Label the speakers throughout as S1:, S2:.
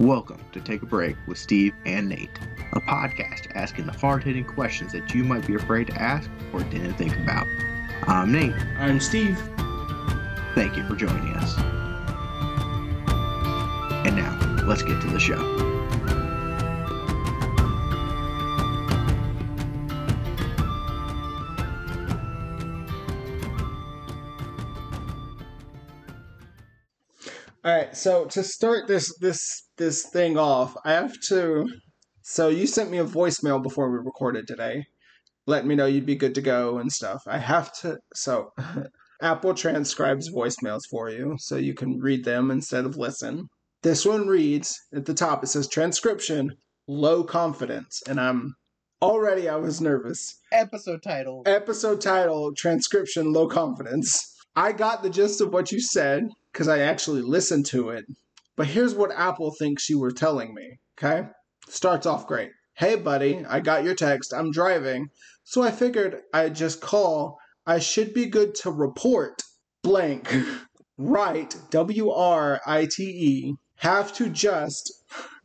S1: Welcome to Take a Break with Steve and Nate, a podcast asking the hard hitting questions that you might be afraid to ask or didn't think about. I'm Nate.
S2: I'm Steve.
S1: Thank you for joining us. And now, let's get to the show.
S2: All right, so to start this this this thing off, I have to. So you sent me a voicemail before we recorded today, letting me know you'd be good to go and stuff. I have to. So Apple transcribes voicemails for you, so you can read them instead of listen. This one reads at the top. It says transcription, low confidence, and I'm already I was nervous.
S3: episode title.
S2: Episode title transcription low confidence. I got the gist of what you said because I actually listened to it. But here's what Apple thinks you were telling me. Okay. Starts off great. Hey, buddy, I got your text. I'm driving. So I figured I'd just call. I should be good to report blank. Right. W R I T E. Have to just.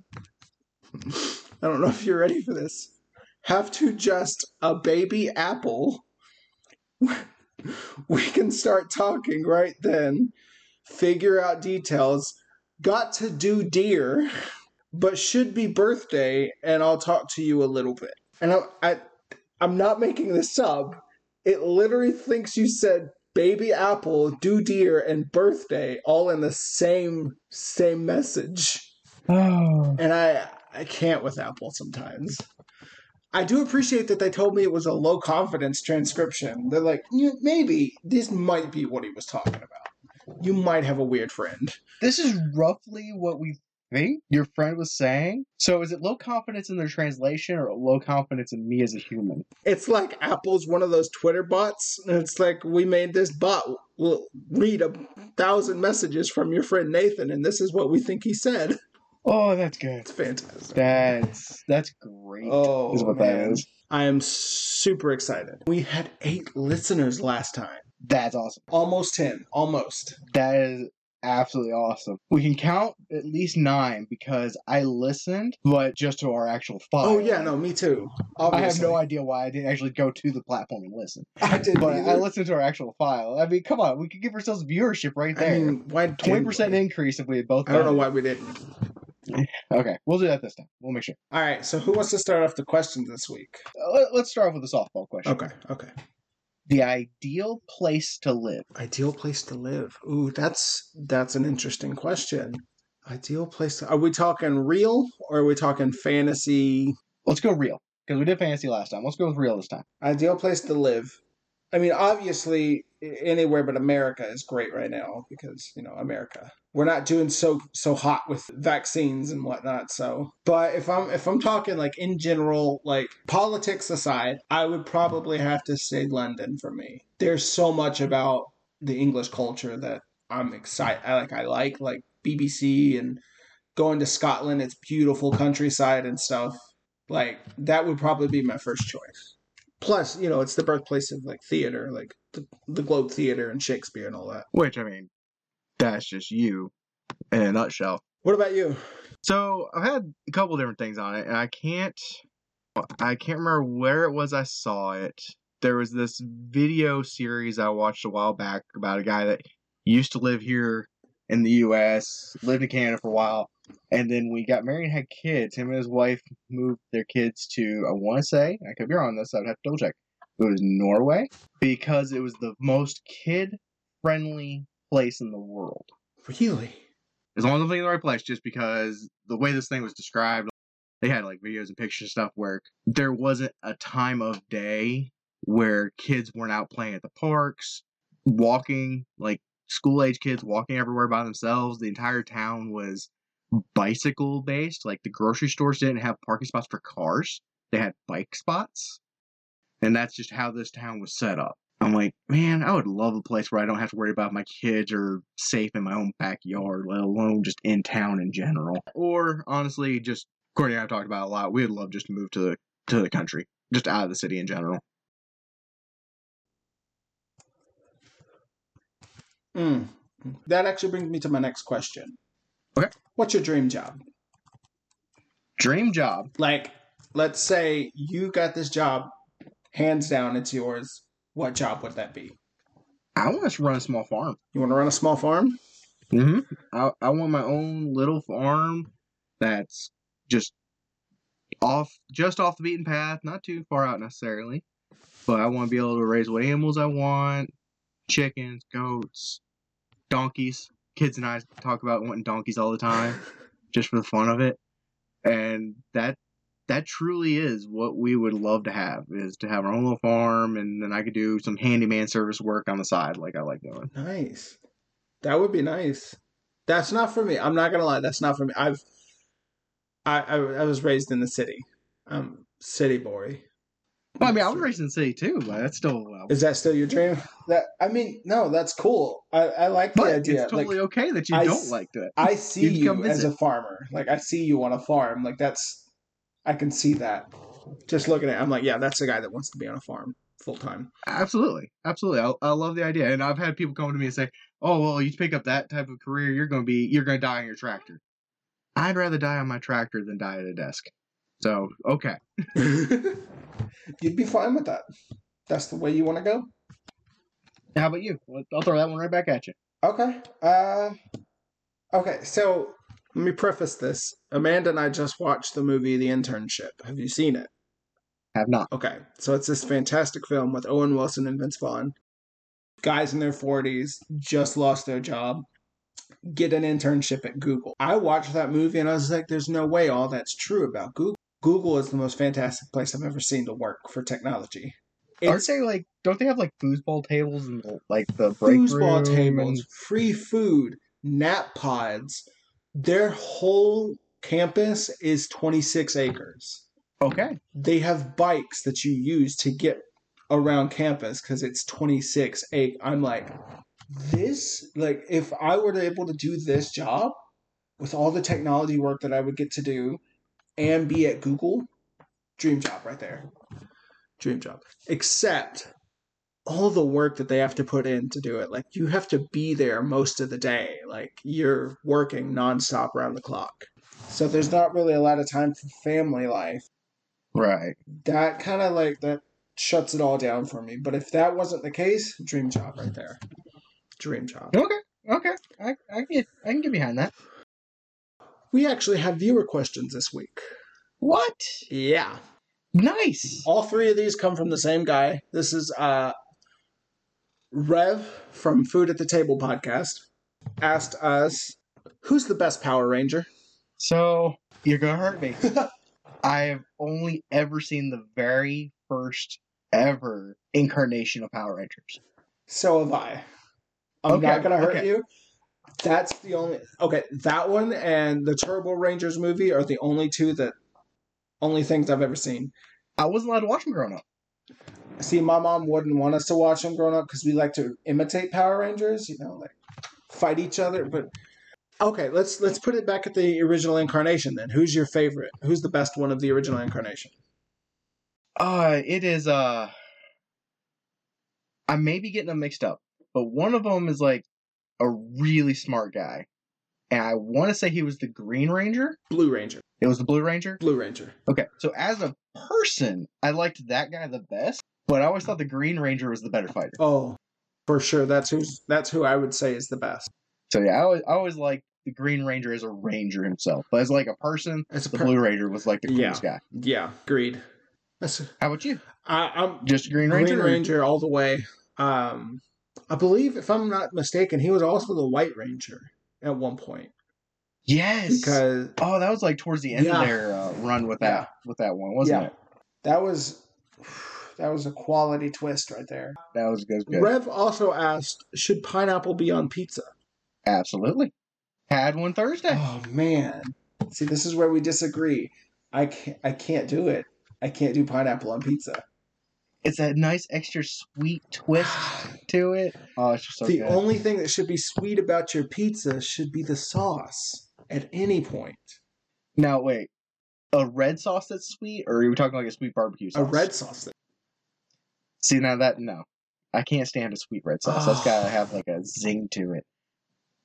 S2: I don't know if you're ready for this have to just a baby apple. we can start talking right then. Figure out details. Got to do dear, but should be birthday, and I'll talk to you a little bit. And I, I I'm not making this up. It literally thinks you said baby apple, do dear, and birthday all in the same same message
S3: Oh.
S2: and I I can't with Apple sometimes. I do appreciate that they told me it was a low confidence transcription. They're like, "Yeah, maybe this might be what he was talking about. You might have a weird friend.
S3: This is roughly what we think your friend was saying. So is it low confidence in their translation or low confidence in me as a human?
S2: It's like Apple's one of those Twitter bots. And it's like we made this bot will read a thousand messages from your friend Nathan, and this is what we think he said.
S3: Oh, that's good.
S2: It's fantastic.
S3: That's that's great.
S2: Oh,
S3: is what that
S2: man.
S3: is.
S2: I am super excited. We had eight listeners last time.
S3: That's awesome.
S2: Almost ten. Almost.
S3: That is absolutely awesome. We can count at least nine because I listened, but just to our actual file.
S2: Oh yeah, no, me too.
S3: I have
S2: Obviously.
S3: no idea why I didn't actually go to the platform and listen.
S2: I didn't.
S3: But
S2: either.
S3: I listened to our actual file. I mean, come on, we could give ourselves viewership right
S2: I
S3: there.
S2: mean, why didn't
S3: Twenty percent
S2: we?
S3: increase if we had both.
S2: I don't know
S3: done it.
S2: why we didn't.
S3: Okay, we'll do that this time. We'll make sure.
S2: All right, so who wants to start off the questions this week?
S3: Uh, let- Let's start off with a softball question.
S2: Okay, okay.
S3: The ideal place to live.
S2: Ideal place to live. Ooh, that's that's an interesting question. Ideal place. To, are we talking real or are we talking fantasy?
S3: Let's go real because we did fantasy last time. Let's go with real this time.
S2: Ideal place to live. I mean, obviously, a- anywhere but America is great right now because you know America. We're not doing so so hot with vaccines and whatnot. So, but if I'm if I'm talking like in general, like politics aside, I would probably have to say London for me. There's so much about the English culture that I'm excited. I like I like like BBC and going to Scotland. It's beautiful countryside and stuff. Like that would probably be my first choice plus you know it's the birthplace of like theater like the, the globe theater and shakespeare and all that
S1: Which, I mean, that's just you in a nutshell.
S2: what about you
S1: So I've had a couple different things on it, and I can't, I can't remember where it was I saw it. There was this video series I watched a while back about a guy that used to live here in the U.S., lived in Canada for a while, and then we got married and had kids. Him and his wife moved their kids to, I want to say, I could be wrong on this, I'd have to double check. It was Norway because it was the most kid-friendly place in the world
S2: really
S1: as long as I'm thinking the right place, just because the way this thing was described, they had like videos and pictures and stuff where there wasn't a time of day where kids weren't out playing at the parks, walking, like school age kids walking everywhere by themselves. The entire town was bicycle based. Like the grocery stores didn't have parking spots for cars, they had bike spots. And that's just how this town was set up. I'm like, man, I would love a place where I don't have to worry about my kids or safe in my own backyard, let alone just in town in general. Or honestly, just Courtney and I have talked about it a lot. We'd love just to move to the to the country, just out of the city in general.
S2: mm. that actually brings me to my next question
S1: Okay.
S2: what's your dream job
S1: Dream job.
S2: Like, let's say you got this job, hands down, it's yours. What job would that be?
S1: I want to run a small farm.
S2: You want to run a small farm?
S1: Mm-hmm. I, I want my own little farm that's just off, just off the beaten path, not too far out necessarily. But I want to be able to raise what animals I want: chickens, goats, donkeys. Kids and I talk about wanting donkeys all the time, just for the fun of it. And that that truly is what we would love to have is to have our own little farm, and then I could do some handyman service work on the side, like I like doing.
S2: Nice. That would be nice. That's not for me. I'm not gonna lie. That's not for me. I've I I, I was raised in the city. Um, city boy.
S1: Well, I mean, I was raised in the city too, but that's still. Uh,
S2: Is that still your dream? That I mean, no, that's cool. I I like the
S1: but
S2: idea.
S1: it's totally
S2: like
S1: okay that you
S2: I
S1: don't
S2: s-
S1: like that.
S2: I see
S1: you can
S2: you
S1: come
S2: as
S1: visit.
S2: a farmer. Like I see you on a farm. Like that's I can see that. Just looking at, it, I'm like, yeah, that's the guy that wants to be on a farm full time.
S1: Absolutely, absolutely. I, I love the idea, and I've had people come to me and say, "Oh, well, you pick up that type of career, you're going to be, you're going to die on your tractor." I'd rather die on my tractor than die at a desk. So, okay,
S2: You'd be fine with that. That's the way you want to go.
S1: how about you? Well, I'll throw that one right back at you.
S2: Okay. Uh, okay. So let me preface this. Amanda and I just watched the movie The Internship. Have you seen it?
S1: Have not.
S2: Okay, so it's this fantastic film with Owen Wilson and Vince Vaughn. Guys in their 40s just lost their job, get an internship at Google. I watched that movie and I was like, there's no way all that's true about Google. Google is the most fantastic place I've ever seen to work for technology.
S1: Aren't
S2: It's
S1: they like? Don't they have like foosball tables and like the break
S2: foosball
S1: room
S2: tables,
S1: and-
S2: free food, nap pods. Their whole campus is 26 acres.
S1: okay,
S2: they have bikes that you use to get around campus because it's 26 8 i'm like this like if i were to able to do this job with all the technology work that i would get to do and be at google dream job right there dream job except all the work that they have to put in to do it like you have to be there most of the day like you're working nonstop around the clock so there's not really a lot of time for family life
S1: right?
S2: that kind of like that shuts it all down for me. But if that wasn't the case, dream job right there. Dream job.
S1: Okay, okay. I, I can get, I can get behind that.
S2: We actually have viewer questions this week.
S1: What?
S2: Yeah.
S1: Nice.
S2: All three of these come from the same guy. This is uh Rev from Food at the Table podcast asked us who's the best Power Ranger?
S1: So you're gonna hurt me. I have only ever seen the very first ever incarnation of Power Rangers.
S2: So have I. I'm
S1: Okay,
S2: not gonna hurt
S1: okay.
S2: you. That's the only okay. That one and the Turbo Rangers movie are the only two that only things I've ever seen.
S1: I wasn't allowed to watch them growing up.
S2: See, my mom wouldn't want us to watch them growing up because we like to imitate Power Rangers, you know, like fight each other. But okay, let's let's put it back at the original incarnation then. Who's your favorite? Who's the best one of the original incarnation?
S1: Uh, it is uh, I may be getting them mixed up, but one of them is like a really smart guy, and I want to say he was the Green Ranger.
S2: Blue Ranger.
S1: It was the Blue Ranger.
S2: Blue Ranger.
S1: Okay, so as a person, I liked that guy the best, but I always thought the Green Ranger was the better fighter.
S2: Oh, for sure. That's who's that's who I would say is the best.
S1: So yeah, I always, I always liked the Green Ranger as a ranger himself, but as like a person,
S2: It's a
S1: the
S2: per-
S1: Blue Ranger was like the coolest guy.
S2: Yeah, agreed. That's
S1: How about you?
S2: I, I'm
S1: Just Green Ranger?
S2: Green
S1: or-
S2: Ranger all the way. Um, I believe, if I'm not mistaken, he was also the White Ranger at one point
S1: Yes.
S2: because
S1: oh, that was like towards the end
S2: Yeah.
S1: of their uh, run with that
S2: Yeah.
S1: with that one, wasn't it?
S2: That was that was a quality twist right there.
S1: That was good. good.
S2: Rev also asked, should pineapple be on pizza?
S1: Absolutely. Had one Thursday.
S2: Oh man. See, this is where we disagree. I can't I can't do it. I can't do pineapple on pizza.
S1: It's that nice extra sweet twist to it. Oh, it's just so
S2: the
S1: good.
S2: only thing that should be sweet about your pizza should be the sauce at any point.
S1: now wait, a red sauce that's sweet, or are we talking like a sweet barbecue
S2: A
S1: sauce?
S2: red sauce. That,
S1: See now that no, I can't stand a sweet red sauce. That's
S2: Oh.
S1: got to have like a zing to it.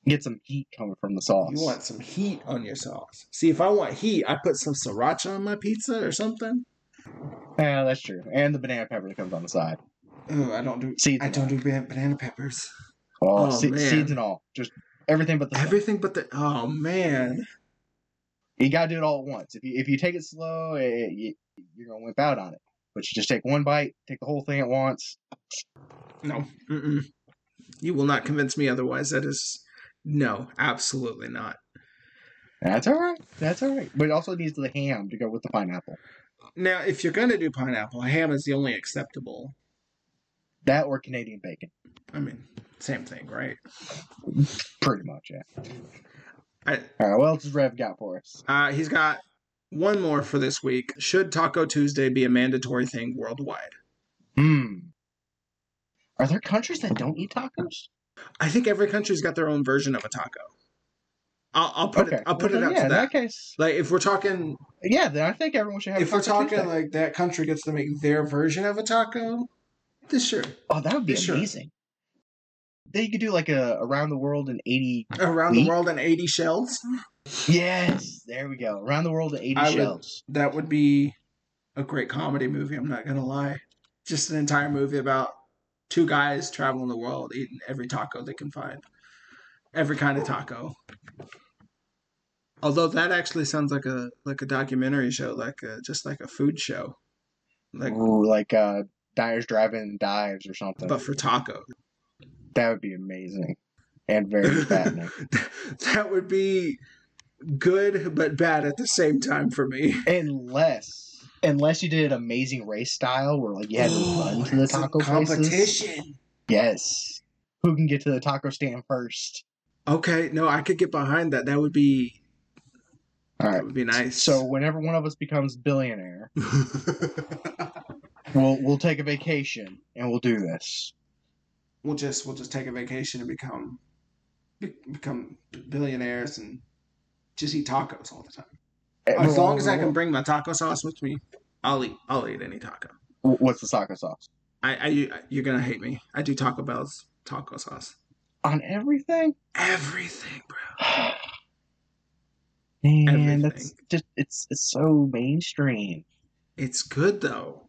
S1: Get some heat coming from the sauce.
S2: You want some heat on your sauce. See, if I want heat, I put some sriracha on my pizza or something.
S1: Yeah, that's true. And the banana pepper that comes on the side.
S2: Ooh, I don't do.
S1: Seeds
S2: I
S1: and
S2: don't do ban- banana peppers.
S1: all.
S2: oh,
S1: Se-
S2: man.
S1: seeds and all. Just everything but the sauce.
S2: Everything but the. Oh man.
S1: You gotta do it all at once. If you if you take it slow, eh, you, you're gonna wimp out on it. But you just take one bite, take the whole thing at once.
S2: No. Mm-mm. You will not convince me otherwise. That is. No, absolutely not.
S1: That's all right. That's all right. But it also needs the ham to go with the pineapple.
S2: Now, if you're going to do pineapple, ham is the only acceptable.
S1: That or Canadian bacon,
S2: I mean, same thing, right?
S1: pretty much. Yeah.
S2: I,
S1: All right. What else has Rev got for us?
S2: uh, he's got one more for this week. Should Taco Tuesday be a mandatory thing worldwide?
S1: Hmm. Are there countries that don't eat tacos?
S2: I think every country's got their own version of a taco. I'll, I'll put it. I'll put
S1: Well,
S2: it
S1: then,
S2: up
S1: yeah,
S2: to
S1: in
S2: that.
S1: that case,
S2: Like if we're talking,
S1: yeah. Then I think everyone should have.
S2: if
S1: a
S2: we're
S1: Taco Tuesday.
S2: talking like that country gets to make their version of a taco, then sure.
S1: oh, that would be
S2: Yeah, sure.
S1: amazing. Then you could do like a around the world in eighty.
S2: Around
S1: Meat?
S2: the world in eighty shells,
S1: Yes, there we go. Around the world in eighty
S2: I would-
S1: shells.
S2: that would be a great comedy movie. I'm not gonna lie. Just an entire movie about two guys traveling the world eating every taco they can find, every kind of taco. Although that actually sounds like a like a documentary show, like a, just like a food show, like
S1: Ooh, like uh, diners, driving, dives, or something.
S2: but for tacos.
S1: that would be amazing and very fattening.
S2: that would be good but bad at the same time for me.
S1: unless, unless you did amazing race style, where like you had to run to the
S2: it's a
S1: taco places. Yes, who can get to the taco stand first?
S2: Okay, no, I could get behind that. That would be
S1: All right.
S2: that would be nice.
S1: So whenever one of us becomes billionaire, we'll we'll take a vacation and we'll do this.
S2: we'll just we'll just take a vacation and become be- become billionaires and just eat tacos all the time. As long as I can bring my taco sauce with me, I'll eat I'll eat any taco.
S1: What's the taco sauce
S2: I, I you- you're gonna hate me. I do Taco Bell's taco sauce.
S1: on everything?
S2: Everything, bro.
S1: Man,
S2: Everything.
S1: that's just it's it's so mainstream.
S2: It's good though.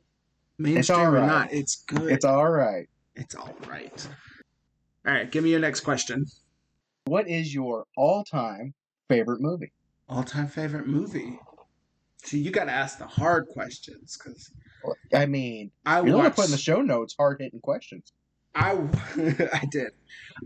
S2: Mainstream
S1: all
S2: or
S1: right.
S2: not, it's good.
S1: It's all right.
S2: It's all right. All right, give me your next question.
S1: What is your all-time favorite movie?
S2: All time favorite movie. See, you got to ask the hard questions because
S1: I mean,
S2: I
S1: you're gonna
S2: watched.
S1: put in the show notes hard-hitting questions.
S2: I I did.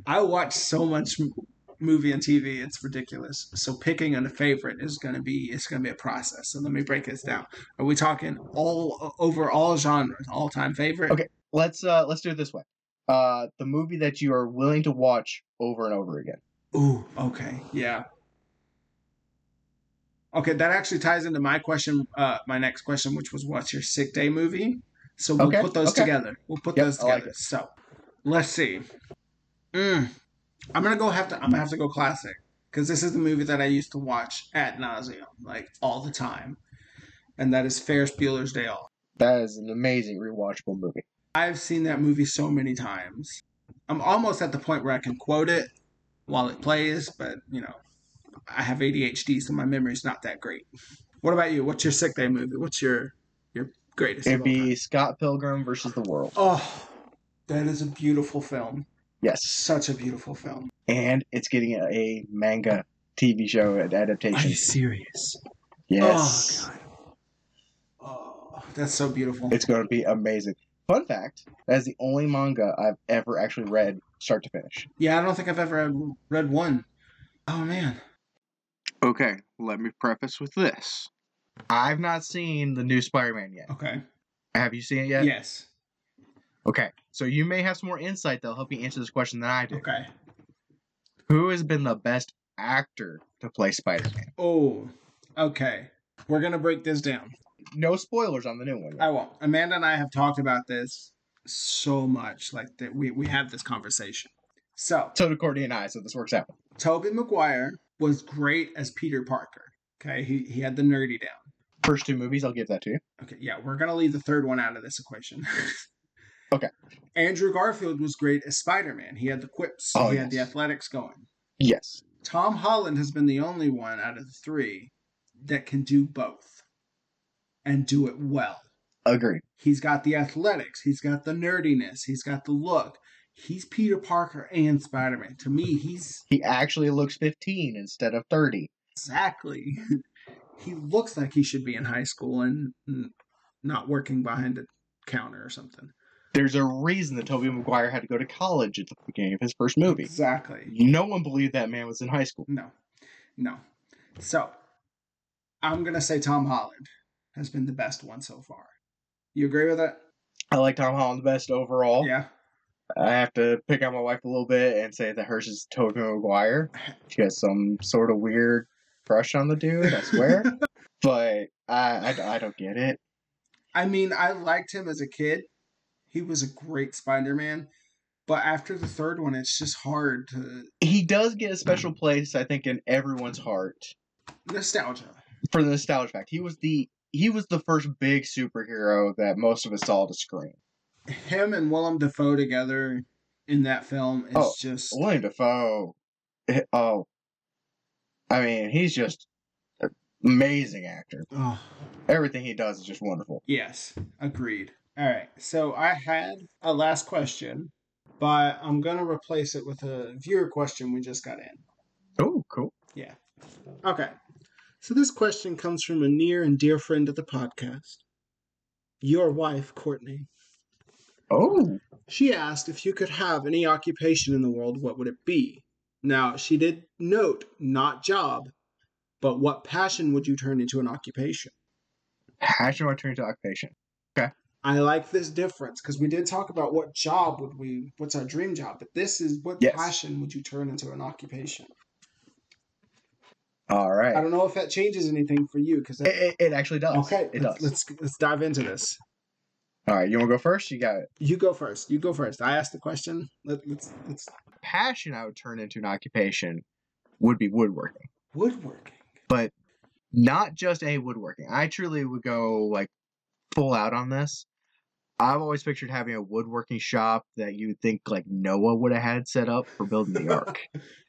S2: I watched so much m- movie and TV. It's ridiculous. So picking a favorite is gonna be it's gonna be a process. So let me break this down. Are we talking all over all genres? All time favorite.
S1: Okay. Let's uh let's do it this way. Uh, the movie that you are willing to watch over and over again.
S2: Ooh, okay, yeah. Okay, that actually ties into my question, uh, my next question, which was what's your sick day movie? So we'll
S1: Okay,
S2: put those
S1: okay.
S2: together. We'll put
S1: Yep,
S2: those
S1: I like
S2: together. so let's see. Mm, I'm gonna go have to. I'm gonna have to go classic because this is the movie that I used to watch at nauseum, like all the time, and that is Ferris Bueller's Day Off.
S1: That is an amazing rewatchable movie.
S2: I've seen that movie so many times. I'm almost at the point where I can quote it while it plays, but you know, I have ADHD, so my memory's not that great. What about you? What's your sick day movie? What's your your greatest? of
S1: It'd
S2: all
S1: be
S2: time?
S1: Scott Pilgrim versus the World.
S2: Oh, that is a beautiful film.
S1: Yes,
S2: Such a beautiful film.
S1: and it's getting a, a manga TV show ad-
S2: Are
S1: adaptation.
S2: you serious?
S1: Yes,
S2: Oh God. Oh, that's so beautiful.
S1: it's going to be amazing. Fun fact: that is the only manga I've ever actually read start to finish.
S2: yeah, I don't think I've ever read one. Oh man.
S4: Okay, let me preface with this. I've not seen the new Spider-Man yet.
S2: Okay.
S4: Have you seen it yet?
S2: Yes.
S4: Okay, so you may have some more insight that'll help you answer this question than I do.
S2: Okay.
S4: Who has been the best actor to play Spider-Man?
S2: Oh. Okay. We're gonna break this down.
S1: No spoilers on the new one.
S2: I won't. Amanda and I have talked about this so much, like that we we have this conversation. So
S1: So did Courtney and I. So this works out.
S2: Toby Maguire was great as Peter Parker. Okay, he he had the nerdy down.
S1: First two movies, I'll give that to you.
S2: Okay, yeah, we're gonna leave the third one out of this equation.
S1: Okay.
S2: Andrew Garfield was great as Spider Man. He had the quips.
S1: Oh,
S2: he had the
S1: yes.
S2: athletics going.
S1: Yes.
S2: Tom Holland has been the only one out of the three that can do both and do it well.
S1: Agree.
S2: He's got the athletics, he's got the nerdiness, he's got the look. He's Peter Parker and Spider Man. To me, he's
S1: He actually looks 15 instead of 30.
S2: exactly. he looks like he should be in high school and n- not working behind a counter or something.
S1: There's a reason that Tobey Maguire had to go to college at the beginning of his first movie.
S2: Exactly.
S1: No one believed that man was in high school.
S2: No, no. So I'm gonna say Tom Holland has been the best one so far. You agree with that?
S1: I like Tom Holland the best overall.
S2: Yeah.
S1: I have to pick on my wife a little bit and say that hers is Tobey Maguire. She has some sort of weird crush on the dude, I swear. but I, I, I don't get it.
S2: I mean, I liked him as a kid. He was a great Spider-Man, but after the third one, it's just hard to
S1: He does get a special place, I think, in everyone's heart
S2: nostalgia.
S1: for the nostalgia fact. He was the he was the first big superhero that most of us saw to screen.
S2: Him and Willem Dafoe together in that film is
S1: Oh,
S2: just
S1: William Defoe, oh, I mean, he's just an amazing actor.
S2: oh,
S1: Everything he does is just wonderful.
S2: yes, agreed. All right, so I had a last question, but I'm gonna replace it with a viewer question we just got in.
S1: Oh, cool.
S2: Okay. So this question comes from a near and dear friend of the podcast, your wife, Courtney.
S1: Oh,
S2: She asked if you could have any occupation in the world, what would it be? Now, she did note not job, but what passion would you turn into an occupation?
S1: passion or turn to occupation.
S2: I like this difference because we did talk about what job would we, what's our dream job, but this is what
S1: Yes.
S2: passion would you turn into an occupation?
S1: All right.
S2: I don't know if that changes anything for you because
S1: It, it, it actually does.
S2: okay,
S1: it
S2: let's,
S1: does.
S2: let's let's dive into this.
S1: All right, you want to go first? You got it.
S2: You go first. You go first. I asked the question. Let, let's let's
S1: Passion I would turn into an occupation would be woodworking,
S2: woodworking.
S1: but not just a woodworking. I truly would go like full out on this. I've always pictured having a woodworking shop that you would think like Noah would have had set up for building the ark.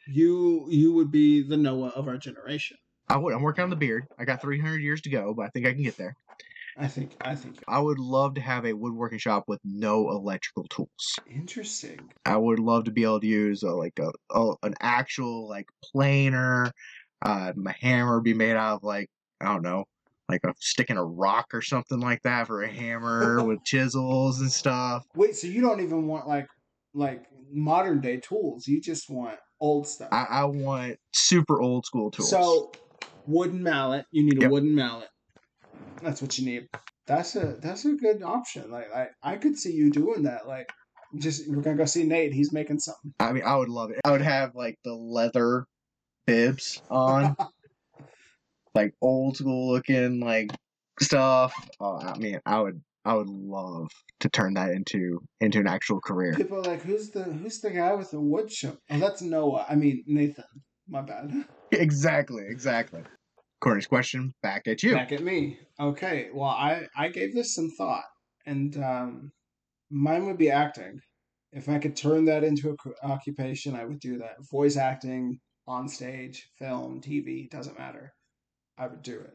S2: You you would be the Noah of our generation.
S1: I would. I'm working on the beard. I got 300 years to go, but I think I can get there.
S2: I think I think
S1: I would love to have a woodworking shop with no electrical tools.
S2: interesting.
S1: I would love to be able to use a, like a, a an actual like planer. Uh, my hammer would be made out of like I don't know, like a stick in a rock or something like that for a hammer with chisels and stuff.
S2: Wait, so you don't even want like like modern day tools. You just want old stuff.
S1: I, I want super old school tools.
S2: So wooden mallet. You need a
S1: Yep.
S2: wooden mallet. That's what you need. That's a that's a good option. Like I I could see you doing that. Like just we're gonna go see Nate. He's making something.
S1: I mean, I would love it. I would have like the leather bibs on, like old school looking like stuff. Oh, I mean, I would I would love to turn that into into an actual career.
S2: People are like, who's the who's the guy with the wood chip? Oh, that's Noah. I mean Nathan. My bad.
S1: Exactly, exactly. Corey's question back at you.
S2: Back at me. Okay. Well, I I gave this some thought, and um, mine would be acting. If I could turn that into a c- occupation, I would do that. Voice acting on stage, film, TV, doesn't matter. I would do it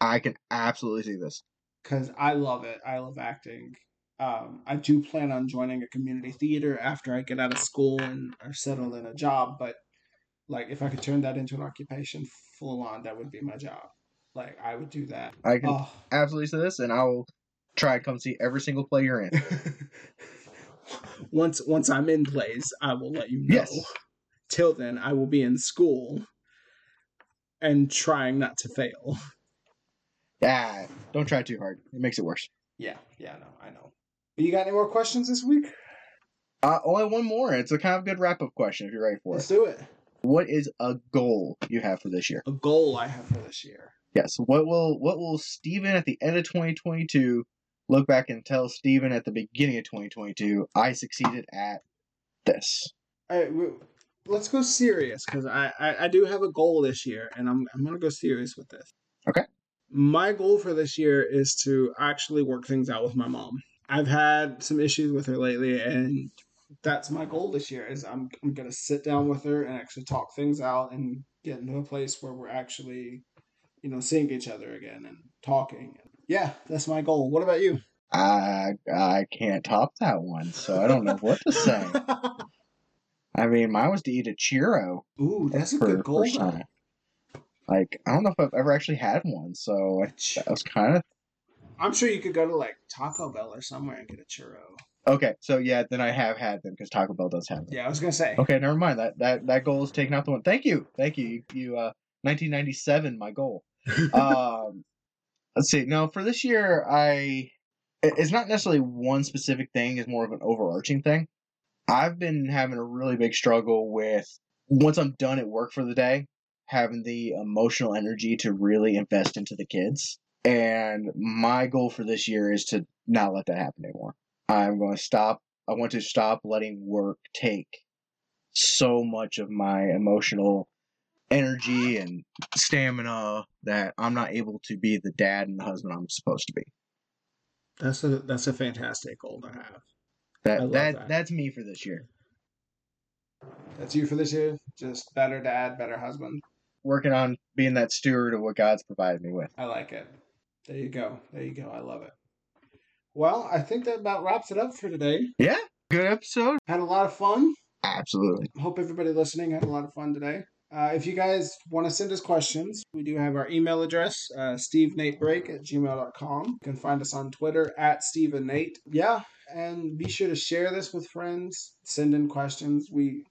S1: I can absolutely see this.
S2: because I love it. I love acting. Um, I do plan on joining a community theater after I get out of school and are settled in a job. But like, if I could turn that into an occupation full on, that would be my job. Like, I would do that.
S1: I can
S2: Oh.
S1: absolutely see this, and I will try to come see every single play you're in.
S2: once once I'm in plays, I will let you know.
S1: Yes.
S2: Till then, I will be in school and trying not to fail.
S1: Yeah, don't try too hard. It makes it worse.
S2: Yeah, yeah, no, I know. You got any more questions this week?
S1: Uh, only one more. It's a kind of good wrap up question if you're ready for
S2: Let's
S1: it.
S2: do it.
S1: What is a goal you have for this year?
S2: A goal I have for this year.
S1: Yes. What will what will Steven at the end of 2022 look back and tell Steven at the beginning of 2022? I succeeded at this.
S2: All right, we- let's go serious because I, I I do have a goal this year, and I'm I'm gonna go serious with this.
S1: Okay.
S2: My goal for this year is to actually work things out with my mom. I've had some issues with her lately, and that's my goal this year is I'm I'm gonna sit down with her and actually talk things out and get into a place where we're actually, you know, seeing each other again and talking. Yeah, that's my goal. What about you?
S1: I I can't top that one, so I don't know what to say. I mean, mine was to eat a churro
S2: Ooh, that's a
S1: for
S2: good
S1: the
S2: goal.
S1: first
S2: though.
S1: time. Like I don't know if I've ever actually had one, so I, that was kind of
S2: I'm sure you could go to like Taco Bell or somewhere and get a churro.
S1: okay. So yeah, then I have had them because Taco Bell does have them.
S2: Yeah, I was gonna say.
S1: Okay, never mind. That that that goal is taken out the one. Thank you, thank you. You, you uh, 1997, my goal. um, let's see. No, for this year, I it- it's not necessarily one specific thing. It's more of an overarching thing. I've been having a really big struggle with once I'm done at work for the day, having the emotional energy to really invest into the kids. And my goal for this year is to not let that happen anymore. I'm going to stop. I want to stop letting work take so much of my emotional energy and stamina that I'm not able to be the dad and the husband I'm supposed to be.
S2: That's a that's a fantastic goal to have. I
S1: That
S2: love
S1: that,
S2: that.
S1: that's me for this year.
S2: That's you for this year. Just better dad, better husband.
S1: Working on being that steward of what God's provided me with.
S2: I like it. There you go. There you go. I love it. Well, I think that about wraps it up for today.
S1: Yeah. Good episode.
S2: Had a lot of fun.
S1: Absolutely.
S2: Hope everybody listening had a lot of fun today. Uh, if you guys want to send us questions, we do have our email address, uh, stevenatebreak at gmail.com. You can find us on Twitter at Steve and Nate. Yeah, and be sure to share this with friends. Send in questions. We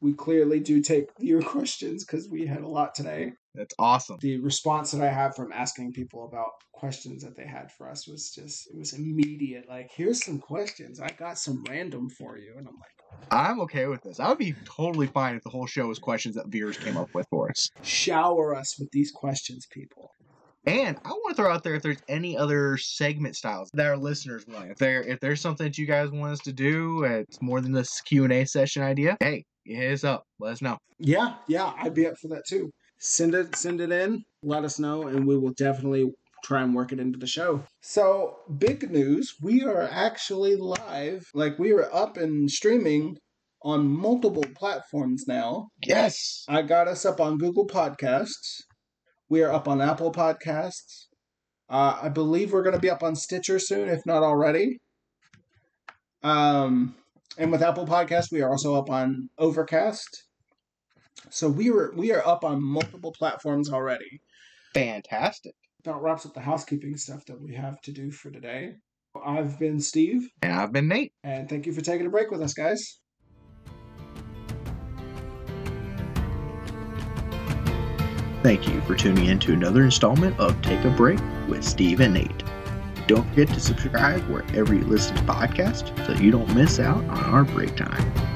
S2: we clearly do take your questions because we had a lot today.
S1: That's awesome.
S2: The response that I have from asking people about questions that they had for us was just, it was immediate. Like, here's some questions. I got some random for you. And I'm like,
S1: I'm okay with this. I would be totally fine if the whole show was questions that viewers came up with for us.
S2: shower us with these questions, people.
S1: And I want to throw out there if there's any other segment styles that our listeners want. If there if there's something that you guys want us to do, uh, it's more than this Q and A session idea. Hey, hit us up. Let us know.
S2: Yeah, yeah, I'd be up for that too. Send it, send it in. Let us know, and we will definitely try and work it into the show. So, big news: we are actually live. Like we are up and streaming on multiple platforms now.
S1: Yes.
S2: I got us up on Google Podcasts. We are up on Apple Podcasts. Uh, I believe we're going to be up on Stitcher soon, if not already. Um, and with Apple Podcasts, we are also up on Overcast. So we were we are up on multiple platforms already.
S1: Fantastic.
S2: That wraps up the housekeeping stuff that we have to do for today. I've been Steve,
S1: And I've been Nate.
S2: and thank you for taking a break with us, guys.
S1: Thank you for tuning in to another installment of Take a Break with Steve and Nate. Don't forget to subscribe wherever you listen to podcasts so you don't miss out on our break time.